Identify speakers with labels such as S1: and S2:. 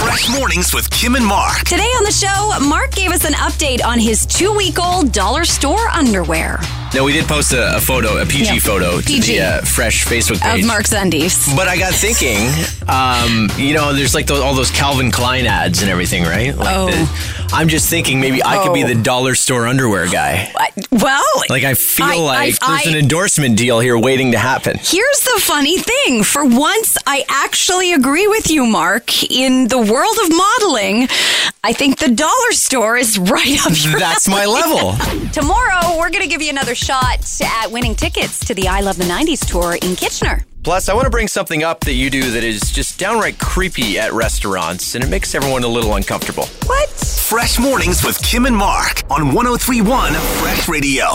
S1: Fresh Mornings with Kim and Mark.
S2: Today on the show, Mark gave us an update on his two week old dollar store underwear
S3: No, we did post a, a photo, a PG
S2: Yeah.
S3: photo to
S2: PG.
S3: the uh, Fresh Facebook page.
S2: of Mark's undies.
S3: But I got thinking, um, you know, there's like those, all those Calvin Klein ads and everything, right? Like
S2: Oh.
S3: the- I'm just thinking maybe I could be
S2: Oh.
S3: the dollar store underwear guy.
S2: I- Well,
S3: Like I feel
S2: I- I-
S3: like there's
S2: I-
S3: an endorsement deal here waiting to happen.
S2: Here's the funny thing. For once, I actually agree with you, Mark. In the world of modeling, I think the dollar store is right up your
S3: That's my level.
S2: Tomorrow, we're going to give you another shot at winning tickets to the I Love the 90s tour in Kitchener.
S3: Plus, I want to bring something up that you do that is just downright creepy at restaurants, and it makes everyone a little uncomfortable.
S2: What?
S1: oh Fresh Mornings with Kim and Mark on 1031 Fresh Radio.